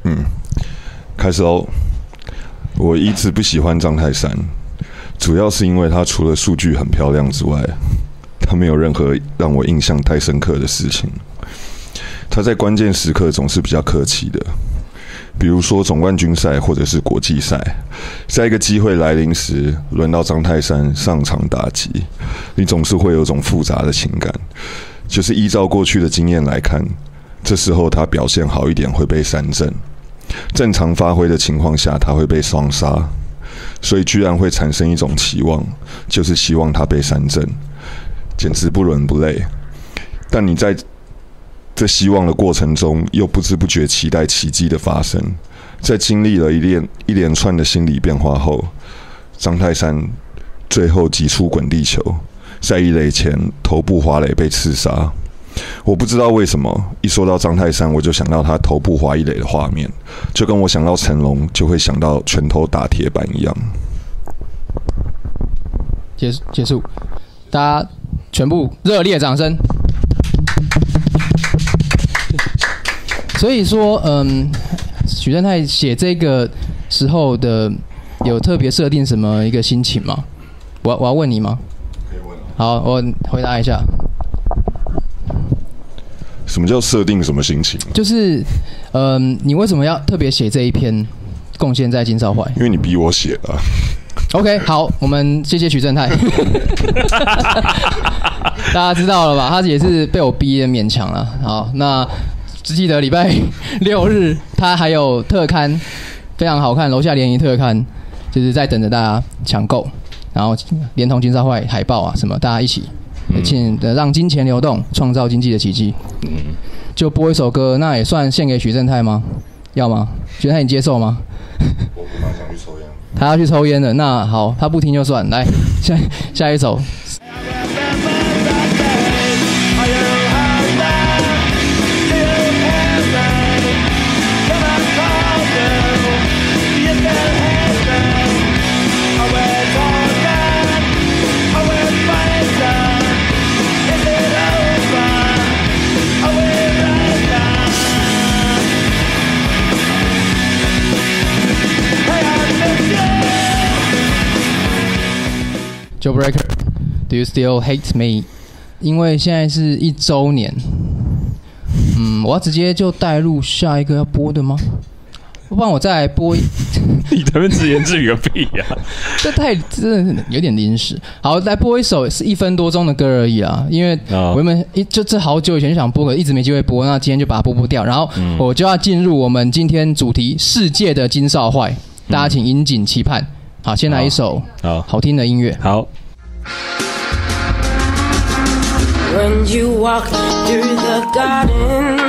嗯，开始哦。我一直不喜欢张泰山，主要是因为他除了数据很漂亮之外，他没有任何让我印象太深刻的事情。他在关键时刻总是比较客气的，比如说总冠军赛或者是国际赛，在一个机会来临时，轮到张泰山上场打击，你总是会有种复杂的情感，就是依照过去的经验来看，这时候他表现好一点会被三振，正常发挥的情况下他会被双杀，所以居然会产生一种期望，就是希望他被三振，简直不伦不类。但你在在希望的过程中，又不知不觉期待奇迹的发生。在经历了一连一连串的心理变化后，张泰山最后击出滚地球，在一垒前头部滑垒被刺杀。我不知道为什么，一说到张泰山，我就想到他头部滑一垒的画面，就跟我想到成龙就会想到拳头打铁板一样。
结束结束，大家全部热烈掌声。所以说，嗯，许正泰写这个时候的有特别设定什么一个心情吗？我我要问你吗？好，我回答一下，
什么叫设定什么心情？
就是，嗯，你为什么要特别写这一篇贡献在金少怀
因为你逼我写的啊。
？OK，好，我们谢谢 许正泰。 大家知道了吧？他也是被我逼的勉强了。好，那只记得礼拜六日他还有特刊，非常好看，楼下联谊特刊，就是在等着大家抢购，然后连同金沙坏海报啊什么，大家一起，请、呃让金钱流动，创造经济的奇迹。就播一首歌，那也算献给许正泰吗？要吗？许正泰，你接受吗？他要去抽烟了，那好，他不听就算。来，下下一首，Joe Breaker，Do you still hate me？因为现在是一周年，嗯，我要直接就带入下一个要播的吗？不然我再来播一，
你这边自言自语个屁呀！
这太真的有点临时。好，来播一首是一分多钟的歌而已啊，因为我原本一就这好久以前就想播，可一直没机会播，那今天就把它播播掉。然后
嗯
我就要进入我们今天主题世界的金少坏，大家请引颈期盼。好，先来一首好好听的音乐。
好，
When you walk through the garden,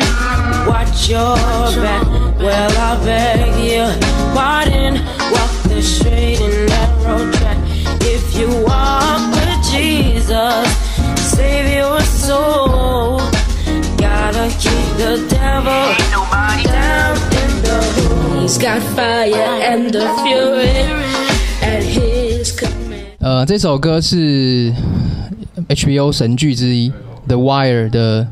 watch your back. Well, I beg you, pardon. Walk the straight and narrow track. If you walk with Jesus, save your soul. Gotta keep the devil down in the hole. He's got fire and the fury at his command.
呃，这首歌是 HBO 神剧之一《The Wire》的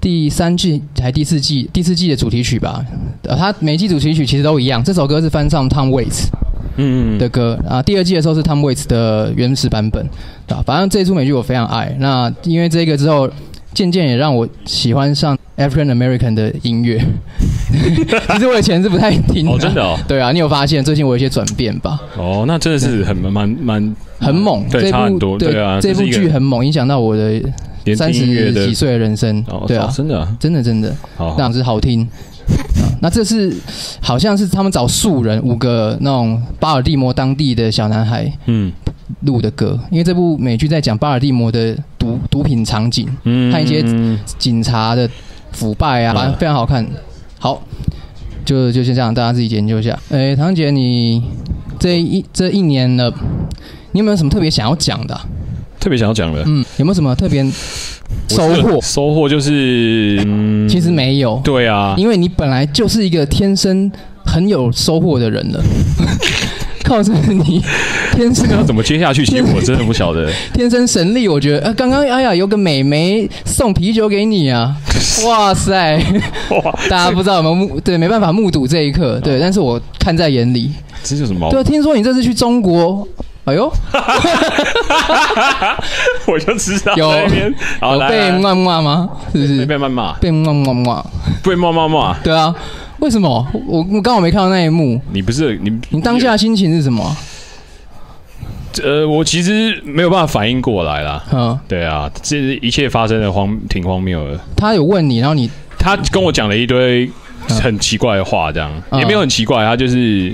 第三季还第四季第四季的主题曲吧。呃，它每一季主题曲其实都一样。这首歌是翻唱 Tom Waits
嗯
的歌啊，第二季的时候是 Tom Waits 的原始版本，对吧、反正这出美剧我非常爱。那因为这个之后，渐渐也让我喜欢上 African American 的音 乐。其实我以前是不太听的、
哦真的哦
对啊，你有发现最近我有一些转变吧？
哦，那真的是很蛮蛮
很猛，
对，
这
差很
部
多，
对
对啊，
这
是
部
一个
剧很猛，影响到我的
连听
三
音乐
十
的
几岁的人生
哦，
对啊
哦，真的啊
真的真的，
好
那样子好听。啊那这是好像是他们找素人五个那种巴尔的摩当地的小男孩
嗯
录的歌，因为这部美剧在讲巴尔的摩的毒毒品场景，
嗯
和一些警察的腐败啊，反正非常好看。好，就就先这样，大家自己研究一下。诶，唐姐，你这一这一年呢，你有没有什么特别想要讲的啊、
特别想要讲的。
嗯，有没有什么特别收获？
收获就是，嗯，
其实没有，
对啊，
因为你本来就是一个天生很有收获的人了。靠着你天生
这个要怎么接下去，其实 我真的不晓得。
天生神力，我觉得，呃，刚刚哎呀，有个美眉送啤酒给你 啊，哇塞，大家不知道有没有目对，没办法目睹这一刻，对，但是我看在眼里。
这是什么毛
对，听说你这次去中国，哎呦，
我就知道
有
在那边好
有
来
被
来
骂骂吗？是不是
被谩骂？
被骂骂骂？
被骂骂骂？
对啊，为什么？我我刚好没看到那一幕，
你不是你
你当下心情是什么啊？
呃，我其实没有办法反应过来啦。
嗯，
对啊，这一切发生的荒挺荒谬的。
他有问你，然后你
他跟我讲了一堆很奇怪的话，这样、
嗯
也没有很奇怪，他就是。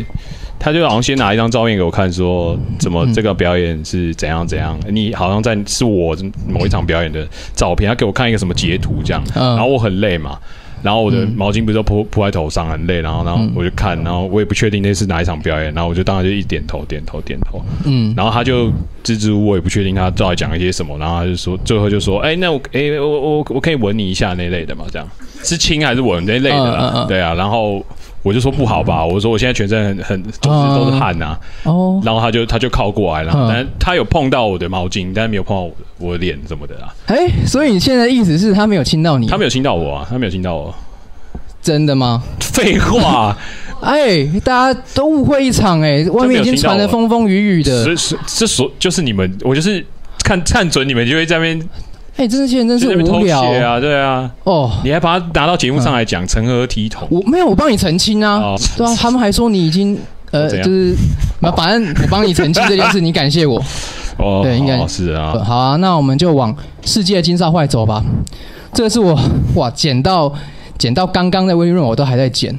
他就好像先拿一张照片给我看，说怎
嗯
么这个表演是怎样怎样，你好像在是我某一场表演的照片，他给我看一个什么截图这样，
嗯
然后我很累嘛，然后我的毛巾不是都铺铺在头上，很累，然后
嗯
然后我就看，然后我也不确定那是哪一场表演，然后我就当然就一点头点头点头，
嗯
然后他就支支吾吾，我也不确定他到底讲了些什么，然后他就说，最后就说，哎、那我，哎、我我我可以吻你一下那类的嘛，这样是亲还是吻那类的啦，
嗯嗯嗯
对啊，然后我就说不好吧，我说我现在全身很很就是
嗯
都是汗呐、啊，
哦，
然后他就他就靠过来了，
嗯
但是他有碰到我的毛巾，但是没有碰到我的我的脸什么的啊，
哎，所以你现在的意思是他没有亲到你
他，没有亲到我啊，他没有亲到我，
真的吗？
废话，
哎，大家都误会一场哎，外面已经传得风风雨雨的
所以，所以这所就是你们，我就是看看准你们就会在那边
哎，这些人真
就在
是
那边
无
偷
聊
窃啊，对啊。
哦。
你还把它拿到节目上来讲，成何体统？
我没有，我帮你澄清啊
哦，
对啊，他们还说你已经呃，
怎样
就是那反正我帮你澄清这件事，你感谢我。
哦，
对应该
好是啊，
好啊，那我们就往世界金少坏走吧。这是我哇剪到剪到刚刚在微润我都还在剪，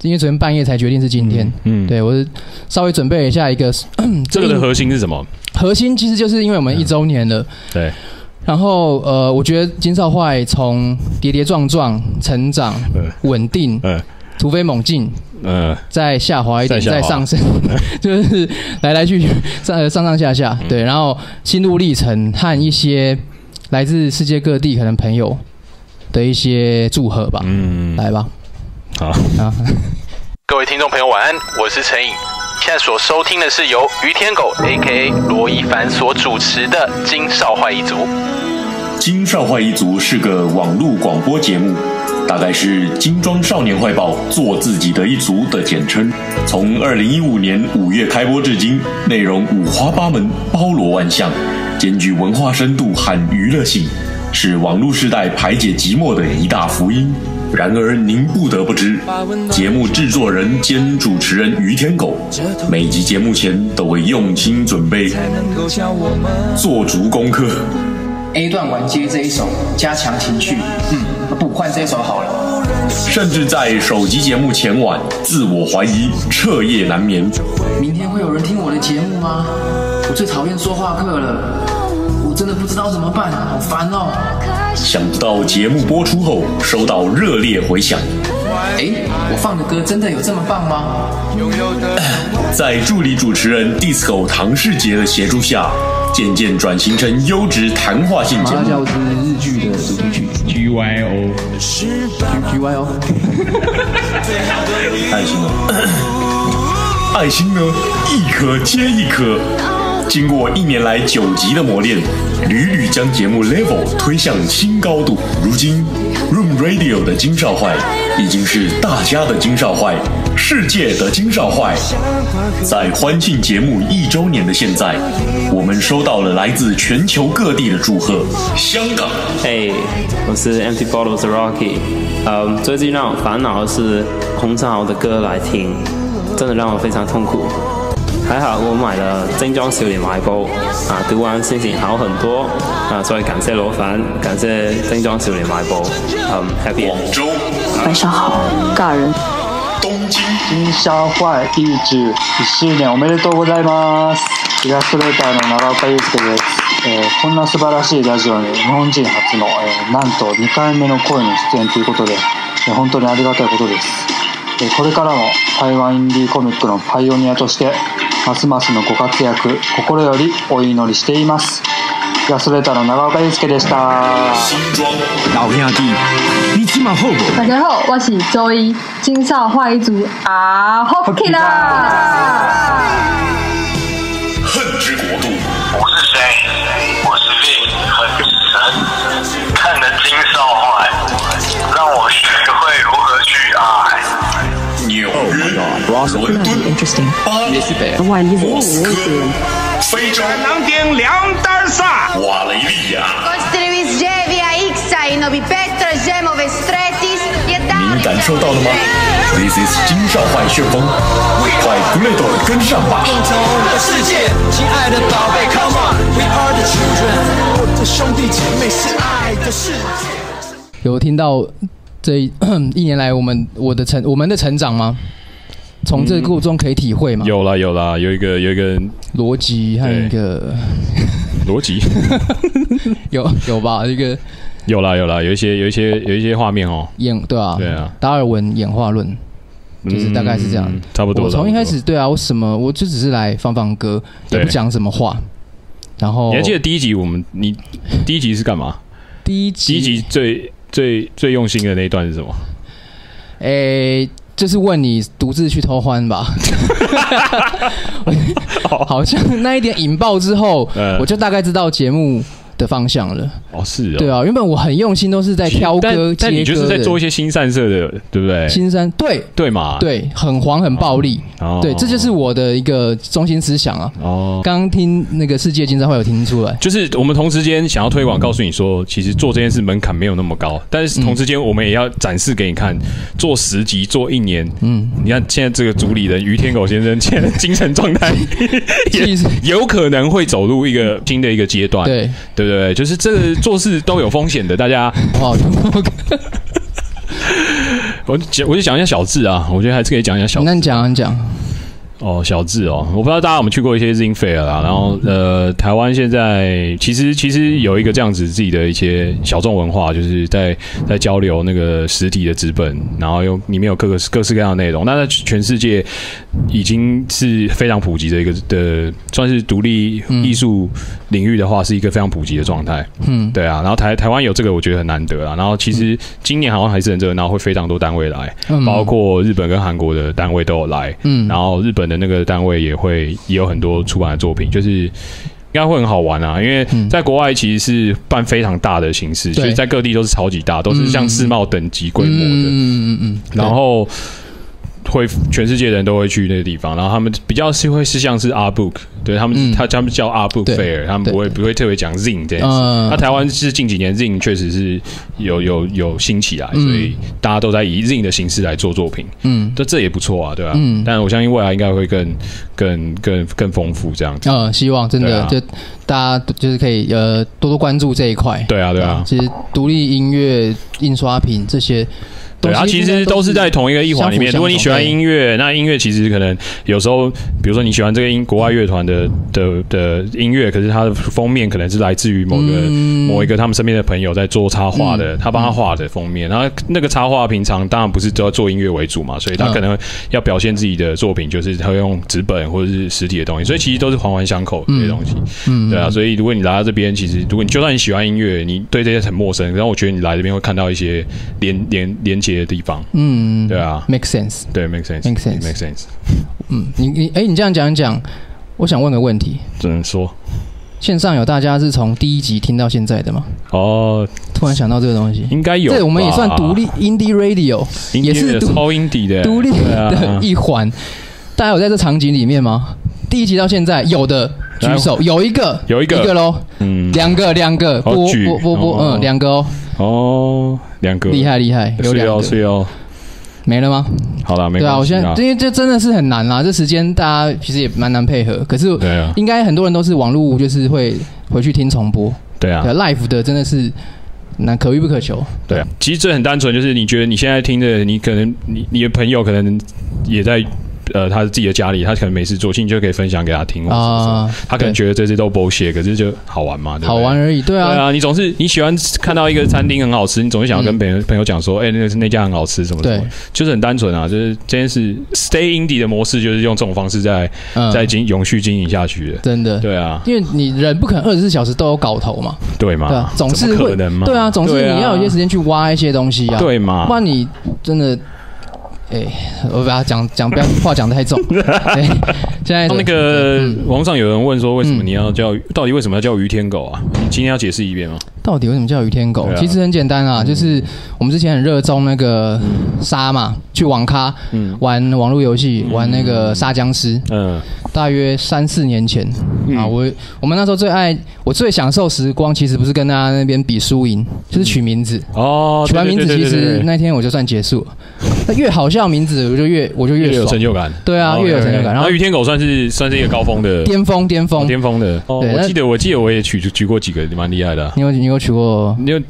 因为昨天半夜才决定是今天。
嗯，
对我是稍微准备了一下一个
这个的核心是什么？
核心，其实就是因为我们一周年了。
嗯对，
然后呃，我觉得金少坏从跌跌撞撞、成长、稳定、
嗯
突飞猛进，
嗯，
再下滑一点，
再下滑
再上升， 就是来来去去上呃上上下下，
嗯
对，然后心路历程和一些来自世界各地可能朋友的一些祝贺吧，
嗯，
来吧，
好
啊，
各位听众朋友，晚安，我是陈颖。现在所收听的是由于天狗 （A.K.A. 罗一凡）所主持的《金少坏一族》。
金少坏一族是个网络广播节目，大概是《金装少年坏报》做自己的一族的简称。从二零一五年五月开播至今，内容五花八门，包罗万象，兼具文化深度和娱乐性，是网络时代排解寂寞的一大福音。然而，您不得不知，节目制作人兼主持人于天狗，每集节目前都会用心准备，做足功课。
A 段完接这一首，加强情绪，嗯，不换这一首好了。
甚至在首集节目前晚自我怀疑，彻夜难眠。
明天会有人听我的节目吗？我最讨厌说话课了，我真的不知道怎么办，好烦哦。
想不到节目播出后收到热烈回响，
哎，我放的歌真的有这么棒吗？
在助理主持人 Disco 唐世杰的协助下，渐渐转型成优质谈话性节
麻辣教。
目
师日剧的主题曲
G Y O，
G Y O，
爱心呢？哦 爱心呢？一颗接一颗。经过一年来九集的磨练，屡屡将节目 level 推向新高度。如今，Room Radio 的金少坏已经是大家的金少坏，世界的金少坏。在欢庆节目一周年的现在，我们收到了来自全球各地的祝贺。香港
嘿我是 Empty Bottles 的 Rocky。嗯，最近让我烦恼的是洪尚豪的歌来听，真的让我非常痛苦。还好我买了精装小莲奶煲，啊，读完心情好很多，啊，所以感谢罗凡，感谢精装小莲奶煲，嗯，Happy。广
州，
晚上好，尬人。
东京
金沙坏一直
一周年おめでとうございます。イラストレーターの長岡祐介です。えーこんな素晴らしいラジオに日本人初の、えーなんと2回目の声の出演ということで、えー本当にありがたいことです。えーこれからも台湾インディーコミックのパイオニアとして、ますますのご活躍、心よりお祈りしています。イラストレーターの長岡祐介でした。
老
兄弟，你起码后果
大家好，我是周一金少坏一族啊，Hockey 啊啦！
恨之国度。
我是谁？我是令很神，看得金少坏，让我学会如何去爱。
纽约、伦敦、巴黎、莫斯科、非洲、
南京两单萨。
瓦雷利亚。
Costrivi ževi, a iksa i novi Petra žemove stretis je
您感受到了吗？This is 金少坏旋风，快 Gredo 跟上吧！
共同的世界，亲爱的宝贝，Come on，We are the children，我的兄弟姐妹是爱的世界。
有听到这一 一年来我们我的成我们的成长吗？从这个过中可以体会嘛？
有啦有啦，有一个有一个
逻辑和一个
逻辑，
有有吧？一个
有啦有啦，有一些有一些有一些画面哦，
演对啊，
对啊，
达尔文演化论，就是大概是这样。
嗯差不多。
我从一开
差不
始对啊，我什么我就只是来放放歌，也
对
不讲什么话。然
多，
后
你还记得第一集我们 你第一集是干嘛？
第一
集，第一集最最最用心的那一段是什么？
诶、就是问你独自去偷欢 吧，好像那一点引爆之后，
嗯
我就大概知道节目的方向了。
哦，是哦，
对啊，原本我很用心都是在挑
但
歌、
但你
接
就
歌
是
的
在做一些哎新散色的，对不对？
新山对
对嘛？，
对，很黄很暴力，
哦
对，这就是我的一个中心思想啊。
哦，
刚刚听那个世界金山会有听出来，
就是我们同时间想要推广，告诉你说，其实做这件事门槛没有那么高，但是同时间我们也要展示给你看，做十集，做一年，
嗯，
你看现在这个主理人于天狗先生现在的精神 状态也有可能会走入一个新的一个阶段，
对，
对不对？就是这个做事都有风险的，大家
哦，
我就讲我就讲一下小智啊，我觉得还是可以讲一下小
那你讲，你讲，
哦，小智哦，我不知道大家有没有去过一些 Zing Fair 啦。然后呃，台湾现在其实其实有一个这样子自己的一些小众文化，就是在在交流那个实体的资本，然后用里面有各个各式各样的内容。那在全世界已经是非常普及的一个的，算是独立艺术领域的话，是一个非常普及的状态。
嗯
对啊。然后台台湾有这个，我觉得很难得啊。然后其实今年好像还是很热闹，会非常多单位来，
嗯
包括日本跟韩国的单位都有来。
嗯
然后日本的那个单位也会也有很多出版的作品，就是。应该会很好玩啊，因为在国外其实是办非常大的形式，
嗯对嗯
所以在各地都是超级大，都是像世贸等级规模的。
嗯嗯嗯嗯，
然后会全世界的人都会去那个地方，然后他们比较是会是像是 R Book，对他们、他他们叫 R Book
嗯对
Fair，他们不会不会特别讲 Zing 这件事。
嗯
那台湾是近几年 Zing 确实是有有有兴起来，
嗯
所以大家都在以 Zing 的形式来做作品，
嗯
这这也不错啊，对吧、
嗯
但我相信未来应该会更更更更丰富这样子。
呃，希望真
对
的、
啊
就大家就是可以呃多多关注这一块。啊
对啊，对啊，
其实独立音乐、印刷品这些
对，它其实都是在同一个一环里面。
相辅相
如
成
果你喜欢音乐，那音乐其实可能有时候，比如说你喜欢这个音国外乐团的的的音乐，可是它的封面可能是来自于某个、
嗯
某一个他们身边的朋友在做插画的，他帮他画的封面。然后那个插画平常当然不是都要做音乐为主嘛，所以他
嗯
可能要表现自己的作品，就是他会用纸本或者是实体的东西，所以其实都是环环相扣这些东西。
嗯
对啊，所以如果你来到这边，其实如果你就算你喜欢音乐，你对这些很陌生，然后我觉得你来这边会看到一些连连连接的地方。
嗯
对啊
，make sense。
对，make sense，make
Make sense
sense，make sense。
嗯，你你哎、你这样讲一讲，我想问个问题：
只能说
线上有大家是从第一集听到现在的吗？
哦，
突然想到这个东西，
应该有吧。
这我们也算独立 indie radio，
indie
也是
的
独
超 indie 的
独立
对啊
的一环。大家有在这场景里面吗？第一集到现在有的举手，有一个，
有一个
一个喽，
嗯，
两个，两个，
好
波
举
波波波，
哦
嗯，两个哦，
哦，两个
厉害厉害有
是
两
哦
个
是哦，
没了吗？
好啦，没
对啊，我
关系
现在因为这真的是很难啦，这时间大家其实也蛮难配合，可是
对啊
应该很多人都是网络就是会回去听重播，
对啊
对啊，live 的真的是难可遇不可求，
对啊，其实这很单纯，就是你觉得你现在听的，你可能你你的朋友可能也在。呃，他自己的家里，他可能没事做，其实你就可以分享给他听，或者什么
啊
什么他可能觉得这些都 bullshit，可是就好玩嘛，对不对
好玩而已，对
对
啊，
啊，你总是你喜欢看到一个餐厅很好吃，你总是想要跟朋友朋友讲说，哎、那个是那家很好吃，什么什么
嗯对，
就是很单纯啊，就是这件事 stay indie 的模式，就是用这种方式在、
嗯
在经永续经营下去的，
真的，
对啊，
因为你人不可能二十四小时都有搞头嘛，
对嘛，
对啊，总是
怎么
会
可能嘛，
对啊，总是你要有一些时间去挖一些东西啊，
对嘛
不然你真的。哎、我把它讲讲，不要话讲得太 重。对，现在的
那个
嗯
网上有人问说，为什么你要叫、到底为什么要叫于天狗啊？你今天要解释一遍吗？
到底为什么叫雨天狗？
对啊嗯
其实很简单啊，就是我们之前很热衷那个杀嘛，去网咖、玩网络游戏，玩那个杀僵尸。
嗯，
大约三四年前、啊，我我们那时候最爱，我最享受时光，其实不是跟大家那边比输赢，就是取名字。
哦，
取完名字，
对
其
对对对对
实
对
那天我就算结束 了。那越好笑的名字，我就越我就
越
爽
有成就感，
对啊，
哦
越有成就
OK，OK
感。然后
那于天狗算是算是一个高峰的
巅峰巅峰
哦巅峰的。哦，
对
我
那
记得我记得我也举举过几个，蛮厉害的啊、
你有你有取过？
你有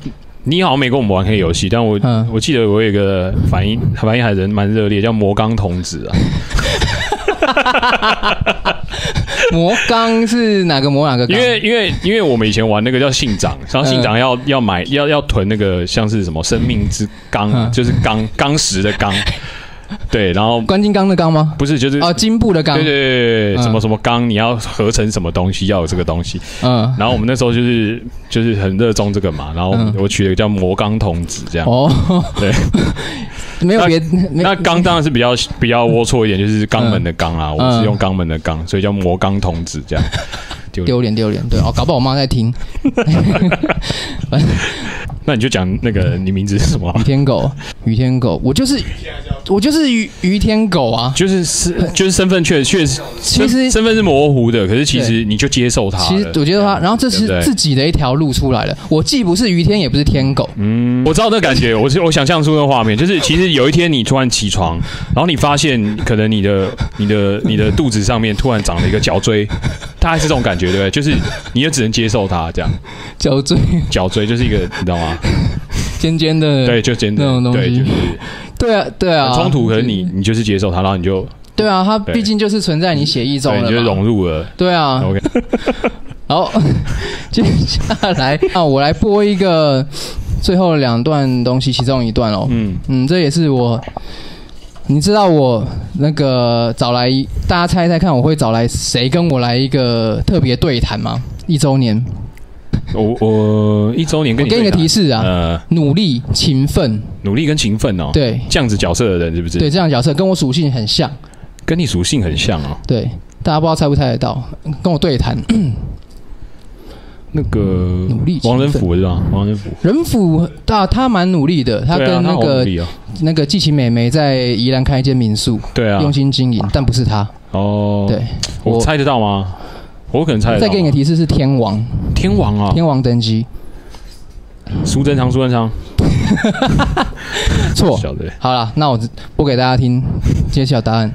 你好像没跟我们玩黑游戏，但我、
嗯
我记得我有一个反应反应还人蛮热烈，叫魔钢童子啊。
魔钢是哪个魔哪个钢？
因为因为因为我们以前玩那个叫信长，然后信长要、要买要要囤那个像是什么生命之钢，
嗯
就是钢钢石的钢，对，然后
关金刚的刚吗？
不是就是
哦，金布的刚。
对对对对，
嗯
什么什么钢，你要合成什么东西，要有这个东西。
嗯，
然后我们那时候就是就是很热衷这个嘛，然后我们
嗯
我取了一个叫魔钢童子这样。
哦，
对，
没有别
那钢当然是比较比较龌龊一点，就是肛门的肛啊，
嗯
我是用肛门的肛，所以叫魔钢童子 这样。丢
丢脸丢脸，对哦，搞不好我妈在听。
那你就讲那个你名字是什么？
雨天狗，雨天狗，我就是我就是雨雨天狗啊，
就是是就是身份确确实，
其实
身身份是模糊的，可是其实
对
你就接受它了。
其实我觉得他，然后这
对不对
是自己的一条路出来了，我既不是于天，也不是天狗，
嗯，我知道那感觉，我是我想象出那画面，就是其实有一天你突然起床，然后你发现可能你的、你的、你的肚子上面突然长了一个角锥，大概是这种感觉，对不对？就是你也只能接受它这样。
角锥，
角锥就是一个，你知道吗？
尖尖的，
对，就真的
那种东西
对，就是
对啊，对啊，
很冲突。可是你你就是接受它，然后你就
对啊，它
对
毕竟就是存在你血液中
对，
了
你就
嘛，
融入了。
对啊，
OK，
然后 接下来啊，我来播一个最后两段东西，其中一段哦。
嗯
嗯，这也是我，你知道我那个找来，大家猜猜看，我会找来谁跟我来一个特别对谈吗？一周年，
我我一周年跟
我给你
对
个
谈
提示啊
呃，
努力、勤奋，
努力跟勤奋哦，
对，
这样子角色的人是不是？
对，这样的角色跟我属性很像，
跟你属性很像哦。
对，大家不知道猜不猜得到，跟我对 谈。
那个王仁甫是吧？王仁甫，
人府啊，他蛮努力的，他
对啊
跟那
他好努
个、
力哦
那个季琴美眉在宜兰开一间民宿，
对啊
用心经营，但不是他。
哦，
对，
我猜得到吗？我可能猜得到。
再给你个提示是天王，
天王啊，
天王登基，
苏贞昌，苏贞昌，
错
晓得。
好了，那我播给大家听，揭晓答案。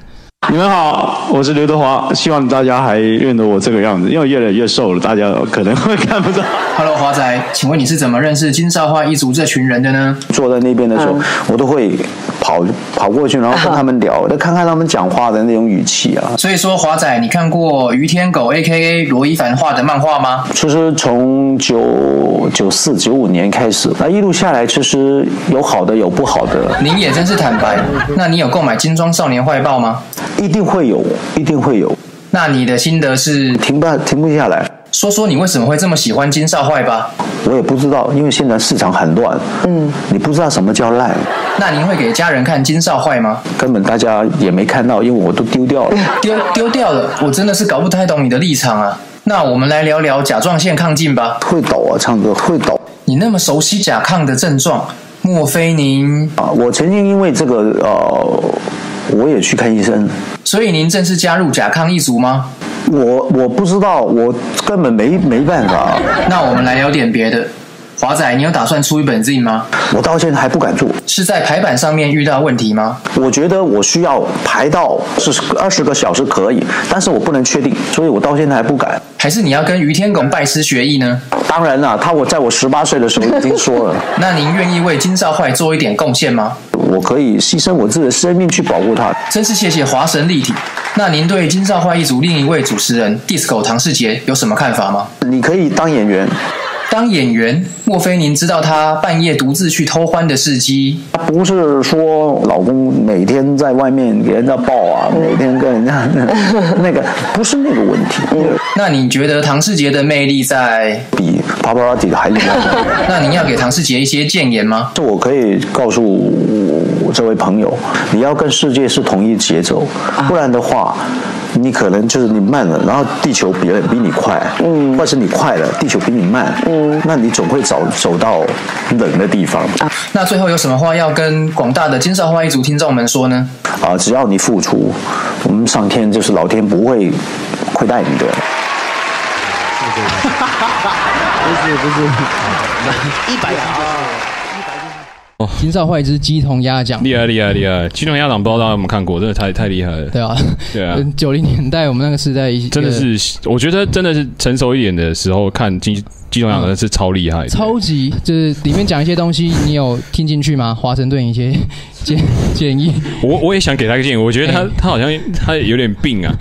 I
你们好，我是刘德华，希望大家还认得我这个样子，因为越来越瘦了，大家可能会看不到。
Hello，华仔，请问你是怎么认识金少华一族这群人的呢？
坐在那边的时候，我都会跑跑过去，然后跟他们聊，再看看他们讲话的那种语气啊。
所以说，华仔，你看过于天狗 （A.K.A. 罗一凡）画的漫画吗？
其实从九九四九五年开始，那一路下来，其实有好的，有不好的。
您也真是坦白。那你有购买《精装少年快报》吗？
一定会有，一定会有。
那你的心得是？
停不停不下来。
说说你为什么会这么喜欢金少坏吧？
我也不知道，因为现在市场很乱，嗯，你不知道什么叫赖，
那您会给家人看金少坏吗？
根本大家也没看到，因为我都丢掉了。
丢丢掉了，我真的是搞不太懂你的立场啊。那我们来聊聊甲状腺亢进吧。
会抖啊，唱歌会抖。
你那么熟悉甲亢的症状，莫非您
啊？我曾经因为这个呃，我也去看医生。
所以您正式加入甲亢一族吗？
我我不知道，我根本没没办法。
那我们来聊点别的。华仔，你有打算出一本 Z 吗？
我到现在还不敢做，
是在排版上面遇到问题吗？
我觉得我需要排到是二十个小时可以，但是我不能确定，所以我到现在还不敢。
还是你要跟于天拱拜师学艺呢？
当然了，他我在我十八岁的时候已经说了。
那您愿意为金少坏做一点贡献吗？
我可以牺牲我自己的生命去保护他。
真是谢谢华神立体。那您对金少坏一族另一位主持人 Disco 唐世杰有什么看法吗？
你可以当演员。
当演员，莫非您知道她半夜独自去偷欢的事迹？
不是说老公每天在外面给人家抱啊，每天跟人家 那个不是那个问题。
那你觉得唐世杰的魅力在
比帕巴拉蒂的还厉害？
那您要给唐世杰一些谏言吗？
这我可以告诉我这位朋友，你要跟世界是同一节奏，不然的话。你可能就是你慢了，然后地球别人比你快，嗯，或是你快了，地球比你慢，嗯，啊那你总会走走到冷的地方。
那最后有什么话要跟广大的金少花一族听众们说呢？
啊，只要你付出，我们上天就是老天不会亏待你的。
不是不是，一百
金少坏之鸡同鸭讲，
哦厉害厉害厉害！《金龙鸭掌》不知道大家有没有看过，真的太太厉害了。
对啊，
对啊，
九零年代我们那个时代一，
真的是，我觉得真的是成熟一点的时候看金《金金龙鸭掌》是超厉害的。
呃超级，就是里面讲一些东西，你有听进去吗？华盛顿一些 建建议，
我我也想给他个建议，我觉得
哎
他、他好像他有点 病啊。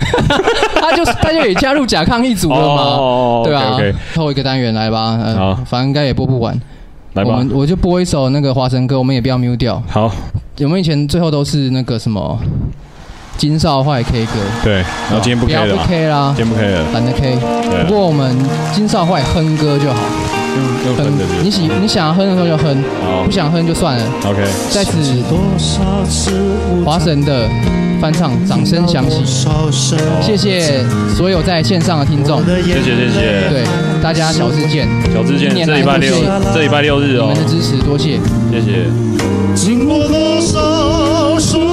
他就是他就也加入甲亢一族了
哦
嘛，对啊
OK，OK，
后一个单元来吧，
好
呃，反正应该也播不完。
来
我
吧
们，我就播一首那个华晨歌，我们也不要 mute 掉。
好，
我们以前最后都是那个什么金少坏 K 歌，
对，然后今天不
不
K
要
了啊
不 K 啦，
今天不 K 了，
懒得 K。
对啊
不过我们金少坏哼歌就好，
用分的
你喜你想哼的时候就哼
好，
不想哼就算了。
OK，
在此，华神的翻唱，掌声响起，谢谢所有在线上的听众，
谢谢谢谢
对大家小事见，
小志健
一年
这
来
礼拜
多谢
六这礼拜六日
你
哦
们，的支持，多谢。
谢谢。
经过多少岁